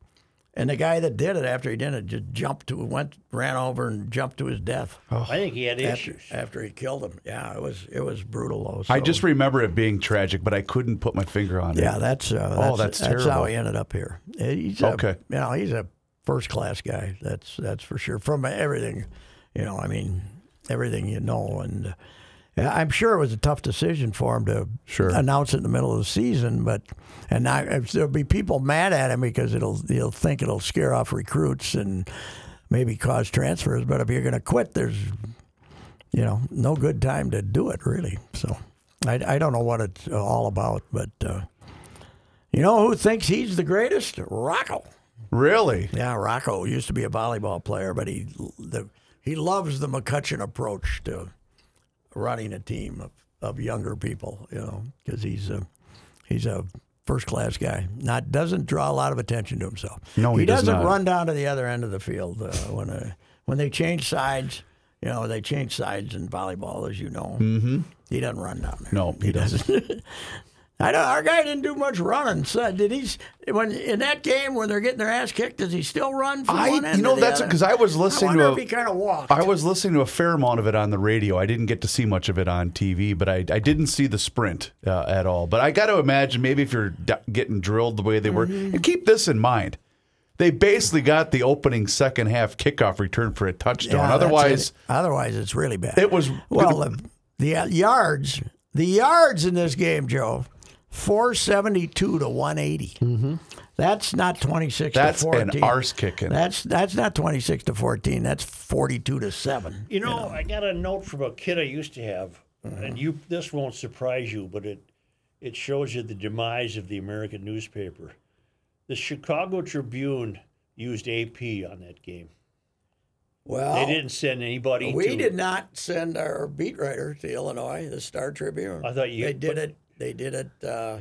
A: and the guy that did it after he did it just jumped to went ran over and jumped to his death
D: I think he had
A: after, after he killed him. Yeah, it was it was brutal. Though,
C: I
A: so-
C: just remember it being tragic, but I couldn't put my finger on it.
A: Yeah, that's uh, that's,
C: Oh, that's
A: how
C: terrible.
A: he ended up here. He's a,
C: Okay.
A: You know, he's a first class guy. That's that's for sure. From everything, you know, I mean, everything you know, and uh, yeah, I'm sure it was a tough decision for him to
C: Sure.
A: announce it in the middle of the season. But and I, if there'll be people mad at him because it'll he'll think it'll scare off recruits and maybe cause transfers. But if you're going to quit, there's you know, no good time to do it, really. So I, I don't know what it's all about, but uh, you know who thinks he's the greatest? Rocco.
C: Really?
A: Yeah, Rocco used to be a volleyball player, but he the, he loves the McCutcheon approach to running a team of, of younger people, you know, because he's a, he's a first class guy. Not doesn't draw a lot of attention to himself.
C: No, he does
A: doesn't
C: not.
A: run down to the other end of the field uh, when uh when they change sides. You know, they change sides in volleyball, as you know. Mm-hmm. He doesn't run down there.
C: No, he doesn't.
A: I know our guy didn't do much running. So did he? s- When in that game when they're getting their ass kicked, does he still run? From
C: I-
A: one end
C: you
A: to
C: know,
A: the
C: that's-
A: other?
C: 'cause I was listening
A: I
C: to
A: wonder
C: a-
A: if he kind of walked.
C: I was listening to a fair amount of it on the radio. I didn't get to see much of it on TV, but I, I didn't see the sprint uh, at all. But I got to imagine maybe if you're d- getting drilled the way they were,
A: Mm-hmm.
C: and keep this in mind. They basically got the opening second half kickoff return for a
A: Yeah,
C: touchdown.
A: that's
C: Otherwise,
A: it. otherwise it's really bad.
C: it was
A: well, the, the uh, yards, the yards in this game, Joe, four seventy two to one That's not twenty six.
C: Mm-hmm. That's
A: to
C: an
A: 14.
C: arse kicking.
A: That's that's not twenty six to fourteen. That's forty two to seven.
D: You know, I got a note from a kid I used to have,
A: Mm-hmm.
D: and you this won't surprise you, but it it shows you the demise of the American newspaper. The Chicago Tribune used AP on that game.
A: Well,
D: They didn't send anybody.
A: Oh. We
D: to,
A: did not send our beat writer to Illinois, the Star Tribune.
D: I thought you-
A: they did
D: but-
A: it. They did it. Uh,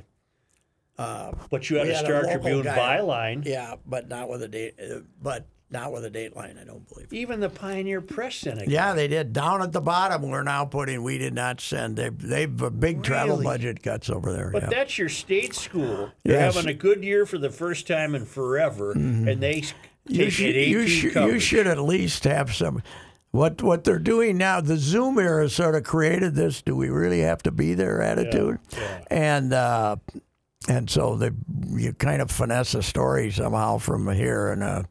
D: but you had
A: we
D: a
A: had a
D: Star
A: local
D: Tribune
A: guy.
D: byline.
A: yeah, but not with a date. But Not with a dateline, I don't believe.
D: Even the Pioneer Press sent it.
A: Yeah, they did. Down at the bottom, we're now putting. We did not send. They they have a big travel
D: Really?
A: budget cuts over there.
D: But
A: yeah.
D: that's your state school. You're
A: Yes. Mm-hmm.
D: having a good year for the first time in forever, and they s- take
A: you
D: it
A: should,
D: 18
A: you, should, you
D: coverage.
A: should at least have some. What what they're doing now, the Zoom era sort of created this. Do we really have to be there? Attitude, and uh, and so they you kind of finesse a story somehow from here. And uh,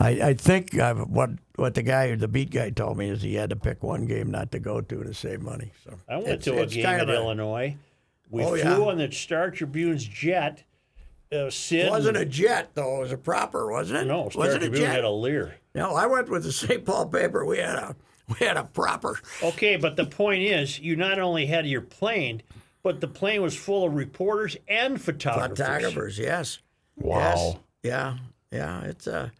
A: I I think i what what the guy the beat guy told me is he had to pick one game not to go to to save money. So
D: I went
A: it's-
D: to a
A: it's
D: game
A: kind
D: at
A: of a-
D: Illinois. We
A: Oh,
D: flew
A: yeah.
D: on the Star Tribune's jet. Uh, Sid
A: It wasn't a
D: and-
A: jet though. It was a proper, wasn't it?
D: [laughs] no Star
A: wasn't a
D: Tribune had
A: jet.
D: a Lear.
A: No, I went with the St. Paul paper. We had a we had a proper.
D: Okay, but the point is, you not only had your plane, but the plane was full of reporters and photographers.
A: Photographers, yes.
C: Wow.
A: Yes. Yeah. Yeah. It's a,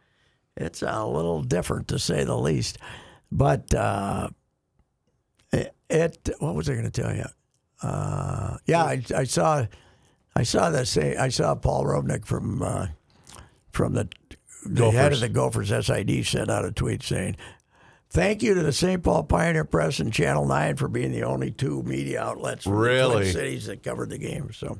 A: it's a little different to say the least, but uh, it, it. What was I going to tell you? Uh, yeah, I, I saw, I saw the say I saw Paul Robnick from, uh, from the, the head of the Gophers SID sent out a tweet saying. Thank you to the St. Paul Pioneer Press and Channel 9 for being the only two media outlets from the Twin
C: Really?
A: cities that covered the game. So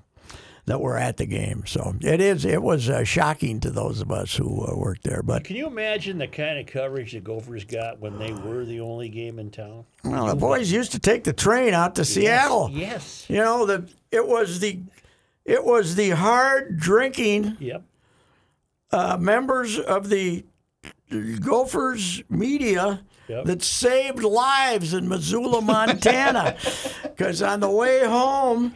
A: that were at the game. So it is. It was uh, shocking to those of us who uh, worked there. But
D: Can you imagine the kind of coverage the Gophers got when they were the only game in town?
A: well, the boys used to take the train out to Seattle.
D: Yes.
A: You know, the it was the it was the hard drinking
D: Yep.
A: uh, members of the Gophers media
D: Yep.
A: that saved lives in
D: [laughs]
A: Missoula, Montana. Because on the way home,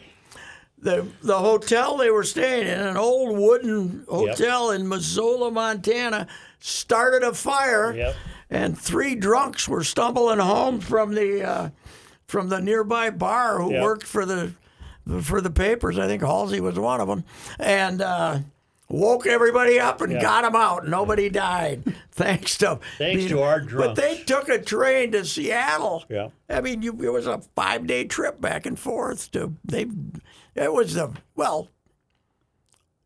A: the the hotel they were staying in, an old wooden hotel in Missoula, Montana, started a fire,
D: Yep.
A: and three drunks were stumbling home from the uh, from the nearby bar who
D: Yep.
A: worked for the for the papers. I think Halsey was one of them, and. Uh, Woke everybody up and got 'em got them out. Nobody died, [laughs] thanks to
D: Thanks to our
A: But they took a train to Seattle.
D: Yeah.
A: I mean, you, it was a five day trip back and forth. To they, it was the well,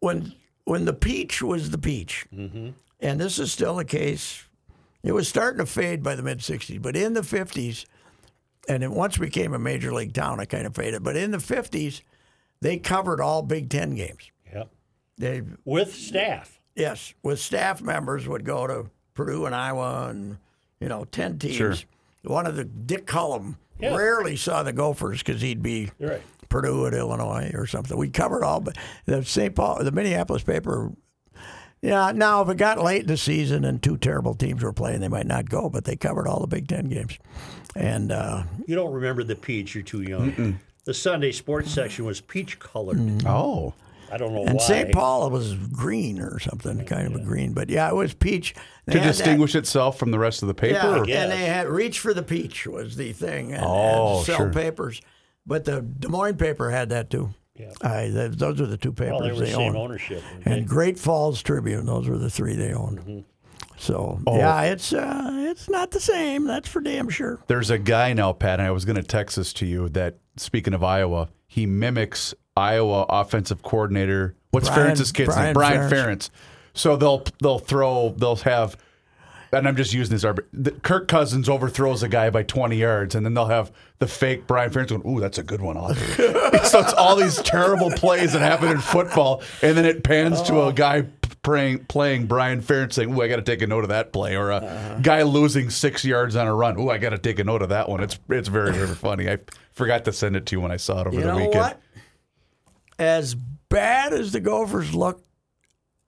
A: when when the peach was the peach, and this is still the case. It was starting to fade by the mid '60s, but in the '50s, and it once became a major league town, it kind of faded. But in the '50s, they covered all Big Ten games.
D: Yep.
A: They
D: With staff.
A: Yes, with staff members would go to Purdue and Iowa and, you know, 10 teams.
C: Sure.
A: One of the, Dick Cullum
D: Yeah.
A: rarely saw the Gophers because he'd be
D: You're right.
A: Purdue at Illinois or something. We covered all, but the St. Paul, the Minneapolis paper, yeah, now if it got late in the season and two terrible teams were playing, they might not go, but they covered all the Big Ten games. And, uh,
D: You don't remember the peach. You're too young. The Sunday sports section was peach colored.
A: Mm-hmm.
C: Oh.
D: I don't know
A: Mm. and
D: why.
A: St. Paul was green or something, kind of a green, but yeah, it was peach. They
C: To
A: had that-
C: distinguish itself from the rest of the paper?
A: Yeah,
C: or-
A: and they had reach for the peach was the thing, and,
C: Oh,
A: and sell
C: sure.
A: papers. But the Des Moines paper had that too.
D: Yeah.
A: I, th those are the two papers
D: Well, they were the same
A: owned.
D: ownership. weren't
A: And Great Falls Tribune, those were the three they owned.
D: Mm-hmm.
A: So
C: Oh.
A: yeah, it's uh, it's not the same. That's for damn sure.
C: There's a guy now, Pat, and I was going to text this to you that speaking of Iowa, he mimics Iowa offensive coordinator. What's
A: Brian-
C: Ferentz's kid's
A: Brian
C: name? Brian
A: Ferentz.
C: Ferentz. So they'll they'll throw they'll have, and I'm just using this. arbit- the- Kirk Cousins overthrows a guy by 20 yards, and then they'll have the fake Brian Ferentz going, "Ooh, that's a good one." I'll [laughs] have to-" so it's all these terrible plays that happen in football, and then it pans to
A: Oh.
C: a guy. p- Playing, playing Brian Ferentz saying, "Ooh, I got to take a note of that play," or a
A: Uh-huh.
C: guy losing six yards on a run. "Ooh, I got to take a note of that one." It's it's very very funny. I forgot to send it to you when I saw it over
A: You
C: the
A: know
C: weekend.
A: what? As bad as the Gophers looked,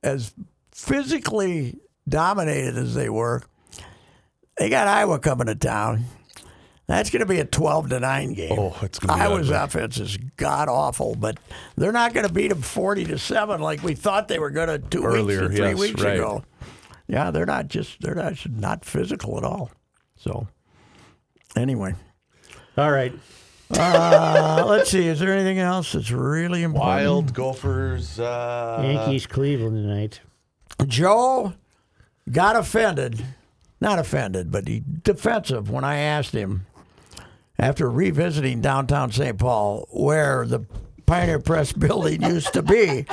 A: as physically dominated as they were, they got Iowa coming to town. That's going to be a twelve to nine game.
C: Oh, it's gonna be
A: Iowa's
C: ugly.
A: offense is god awful, but they're not going to beat them forty to seven like we thought they were going to two weeks
C: Earlier,
A: or three
C: yes,
A: weeks
C: right.
A: ago. Yeah, they're not just they're not not physical at all. So anyway.
D: they? All right.
A: Uh, let's see. Is there anything else that's really important?
C: Wild Gophers. Uh,
E: Yankees Cleveland tonight.
A: Joe got offended, not offended, but he defensive when I asked him after revisiting [laughs] downtown St. Paul where the Pioneer Press building used to be.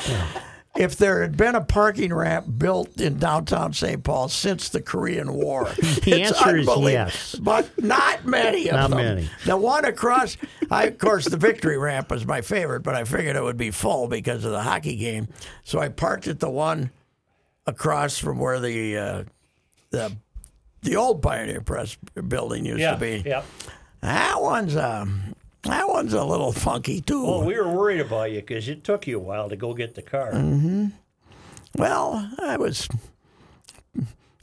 A: if there had been a parking ramp built in downtown St. Paul since the Korean War.
F: The
A: It's
F: answer is
A: unbelievable.
F: yes.
A: But not many of
F: Not
A: them.
F: many.
A: The one across, I, of course, the victory ramp was my favorite, but I figured it would be full because of the hockey game. So I parked at the one across from where the uh, the the old Pioneer Press building used
B: Yeah,
A: to be.
B: yeah.
A: That one's um, that one's a little funky too.
B: Well, we were worried about you because it took you a while to go get the car.
A: Mm. Well, I was.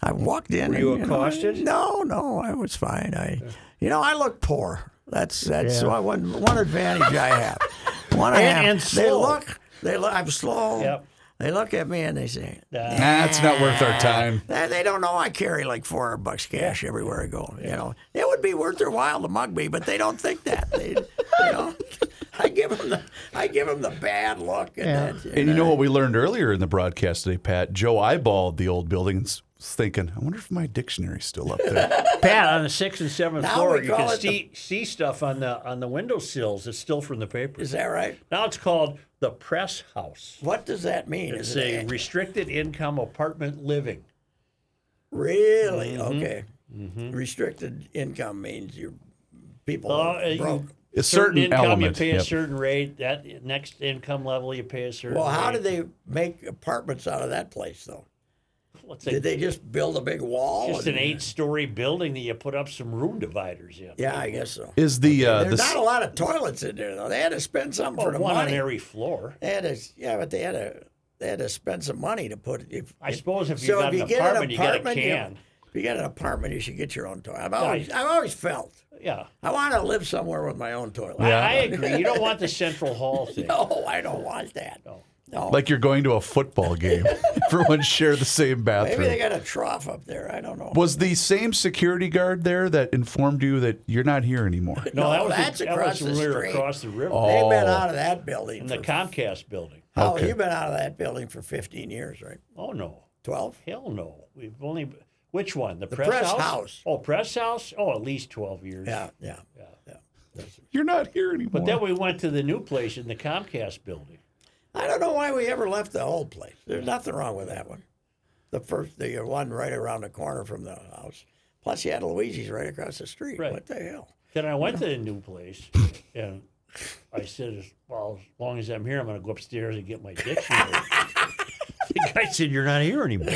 A: I walked in. Were
B: you accosted?
A: no, no, I was fine. I, you know, I look poor. That's that's one one advantage I have. One I
B: And-
A: have.
B: and
A: They
B: slow.
A: look. They look. I'm slow.
B: Yep.
A: They look at me and they say,
C: Nah, it's not worth our time.
A: they, they don't know I carry like 400 bucks cash everywhere I go. You know, it would be worth their while to mug me, but they don't think that. They, you know, [laughs] I give them the I give 'em the bad look. And that,
C: And you know what we learned earlier in the broadcast today, Pat? Joe eyeballed the old building and s- was thinking, I wonder if my dictionary's still up
B: [laughs]
C: there.
B: Pat, on the sixth and seventh
A: Now
B: floor,
A: we
B: you
A: call
B: can
A: it the-
B: see see stuff on the on the window sills. It's still from the paper.
A: Is that right?
B: Now it's called the press house.
A: What does that mean?
B: It's
A: Is it
B: a restricted income apartment living.
A: Really?
B: Mm-hmm.
A: Okay. Restricted income means you people
B: Uh,
A: are
B: you-
A: broke.
C: A
B: certain,
C: certain
B: income
C: element,
B: you pay a
C: yep.
B: certain rate. That next income level you pay a certain.
A: well, how did
B: rate.
A: they make apartments out of that place though?
B: What's
A: Did
B: it?
A: they just build a big wall?
B: Just
A: and-
B: an eight-story building that you put up some room dividers in.
A: Yeah, I guess so.
C: Is the, uh, the
A: There's
C: s-
A: not a lot of toilets in there though. They had to spend something
B: Well,
A: for the
B: one
A: money.
B: on every floor.
A: They had to, yeah, but they had to they had to spend some money to put it. If,
B: I suppose if you
A: so
B: got
A: if
B: an
A: you
B: apartment, you
A: get an
B: got a
A: apartment,
B: can.
A: if you got an apartment, you should get your own toilet. I've always I've always felt
B: Yeah.
A: I want to live somewhere with my own toilet.
B: I, I agree. You don't want the
A: [laughs]
B: central hall thing.
A: No, I don't want that. No.
C: like you're going to a
B: [laughs]
C: football game. [laughs] Everyone share the same bathroom.
A: Maybe they got a trough up there. I don't know.
C: Was the same security guard there that informed you that you're not here anymore?
B: [laughs] No, that
A: No,
B: was
A: that's
B: that
A: across
B: was
A: the
B: we were
A: street. Oh.
B: across the river
A: They've been out of that building.
B: in the
A: for-
B: Comcast building.
A: oh,
C: Okay.
A: you've been out of that building for 15 years, right?
B: Oh no,
A: 12?
B: hell no. We've only which one? The, press,
A: press
B: house?
A: house.
B: Oh, press house. Oh, at least twelve years.
A: Yeah, yeah.
C: You're not here anymore.
B: But then we went to the new place in the Comcast building.
A: I don't know why we ever left the old place. There's nothing wrong with that one. The first, the one right around the corner from the house. Plus, you had Luigi's right across the street.
B: Right.
A: What the hell?
B: Then I went to the
A: [laughs]
B: new place, and I said, "Well, as long as I'm here, I'm going to go upstairs and get my
A: [laughs]
B: dictionary." the guy said, "You're not here anymore."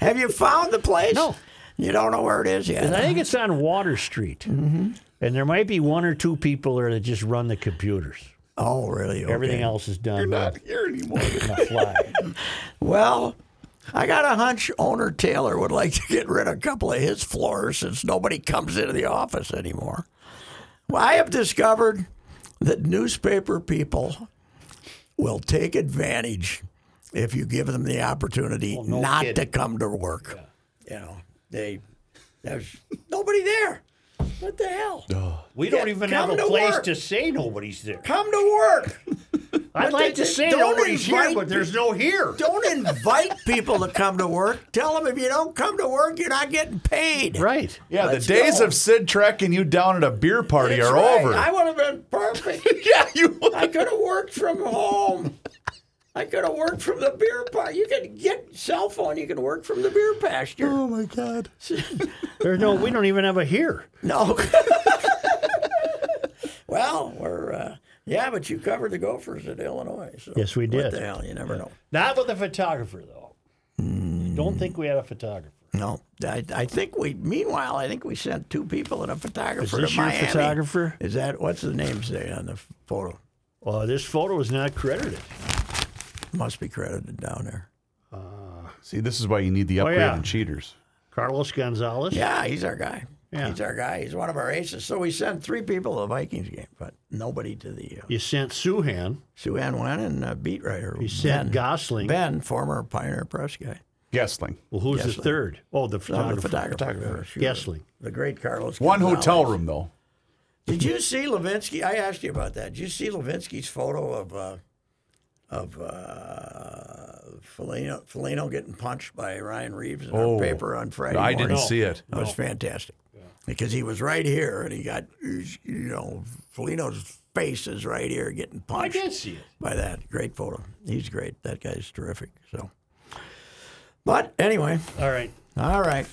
A: Have you found the place?
B: No.
A: You don't know where it is
B: And I
A: yet.
B: think it's on Water Street.
A: Mm-hmm.
B: And there might be one or two people there that just run the computers.
A: Oh, really? Okay.
B: Everything else is done by
C: here anymore.
B: the fly.
A: Well, I got a hunch owner Taylor would like to get rid of a couple of his floors since nobody comes into the office anymore. Well, I have discovered that newspaper people will take advantage if you give them the opportunity not to come to work. You know, they there's nobody there. What the hell?
B: We don't
A: Yeah,
B: even
A: come
B: have a
A: to
B: place
A: work.
B: to say nobody's there.
A: Come to work.
B: I'd like to
A: they-
B: say
A: don't
B: nobody's here,
A: invite
B: but there's no here.
A: Don't invite people to come to work. Tell them if you don't come to work, you're not getting paid.
F: Right.
C: Yeah,
A: Let's
C: the days
A: go.
C: of Sid tracking you down at a beer party
A: That's
C: are
A: right.
C: over.
A: I would have been perfect.
C: yeah, you.
A: I could have worked from home. I could have worked from the beer park. You can get cell phone. You can work from the beer pasture.
C: Oh my God.
B: There's no. We don't even have a here.
A: [laughs] No. [laughs] well, we're uh, yeah, but you covered the Gophers at Illinois. So
B: Yes, we
A: What
B: did.
A: the hell? You never know.
B: Not with a photographer though.
A: Hmm.
B: I don't think we had a photographer.
A: No, I, I think we. Meanwhile, I think we sent two people and a photographer
B: this
A: to
B: your
A: Miami.
B: photographer?
A: Is that what's the name say on the photo?
B: Well, this photo is not credited.
A: Must be credited down there.
C: See, this is why you need the upgrade
B: Oh, yeah.
C: in cheaters.
B: Carlos Gonzalez.
A: Yeah, he's our guy.
B: Yeah.
A: He's our guy. He's one of our aces. So we sent three people to the Vikings game, but nobody to the uh,
B: You sent Suhan.
A: Sue Ann went and uh, beat writer.
B: You sent Gosling.
A: Ben, former Pioneer Press guy.
C: Guessling.
B: Well, who's the
A: Gessling.
B: third? Oh, the
A: No, the
B: photographer.
A: photographer. Sure.
B: Gessling.
A: The great Carlos.
C: One
A: Gonzalez.
C: hotel room though.
A: Did you see Levinsky? I asked you about that. Did you see Levinsky's photo of uh, of uh, Felino, Felino getting punched by Ryan Reeves in
C: Oh.
A: our paper on Friday?
C: I didn't
A: morning?
C: see it.
A: It was fantastic because he was right here and he got, you know, Felino's faces right here getting
D: I
A: punched
D: did see it.
A: by that. Great photo. He's great. That guy's terrific. So, but anyway,
D: All right.
A: all right.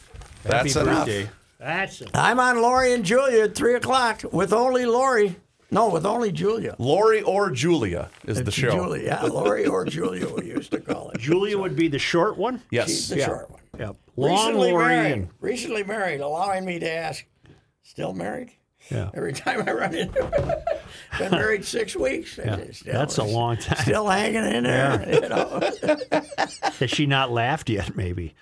C: That's
A: Happy
C: enough.
A: birthday.
D: That's it.
A: I'm on Lori and Julia at three o'clock with only Lori. No, with only Julia.
C: Lori or Julia is the show.
A: Uh, Julia, yeah, Lori or Julia, we used to call it.
D: Julia would be the short one.
C: [laughs] Yes.
A: She's the short one.
D: Yep. Long
A: recently
D: Lori.
A: married.
D: and-
A: Recently married, allowing me to ask, still married?
D: Yeah.
A: Every time I run into her, [laughs] been married six weeks. and it's still-
D: That's a long time.
A: Still hanging in there, you know.
D: [laughs]
A: [laughs]
D: Has she not laughed yet? Maybe.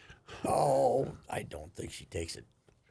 A: Oh, I don't think she takes it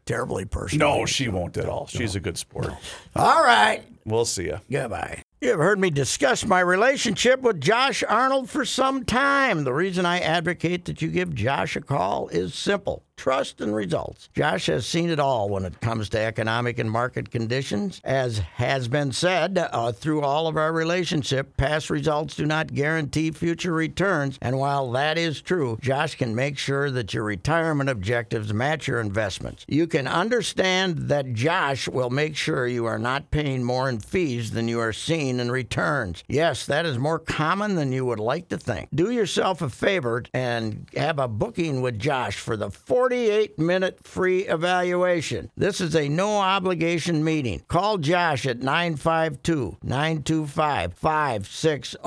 A: terribly personally.
C: No, she won't at all. She's a good sport.
A: All right.
C: We'll see ya.
A: Goodbye. You have heard me discuss my relationship with Josh Arnold for some time. The reason I advocate that you give Josh a call is simple trust and results. Josh has seen it all when it comes to economic and market conditions. As has been said, uh, through all of our relationship, past results do not guarantee future returns. And while that is true, Josh can make sure that your retirement objectives match your investments. You can understand that Josh will make sure you are not paying more in fees than you are seeing in returns. Yes, that is more common than you would like to think. Do yourself a favor and have a booking with Josh for the 48 minute free evaluation. This is a no obligation meeting. Call Josh at 952 925 5608.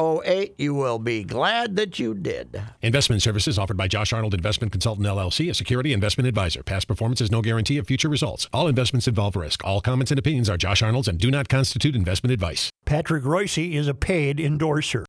A: You will be glad that you did.
E: Investment services offered by Josh Arnold Investment Consultant LLC, a security investment advisor. Past performance is no guarantee of future results. All investments involve risk. All comments and opinions are Josh Arnold's and do not constitute investment advice.
D: Patrick Royce is a paid endorser.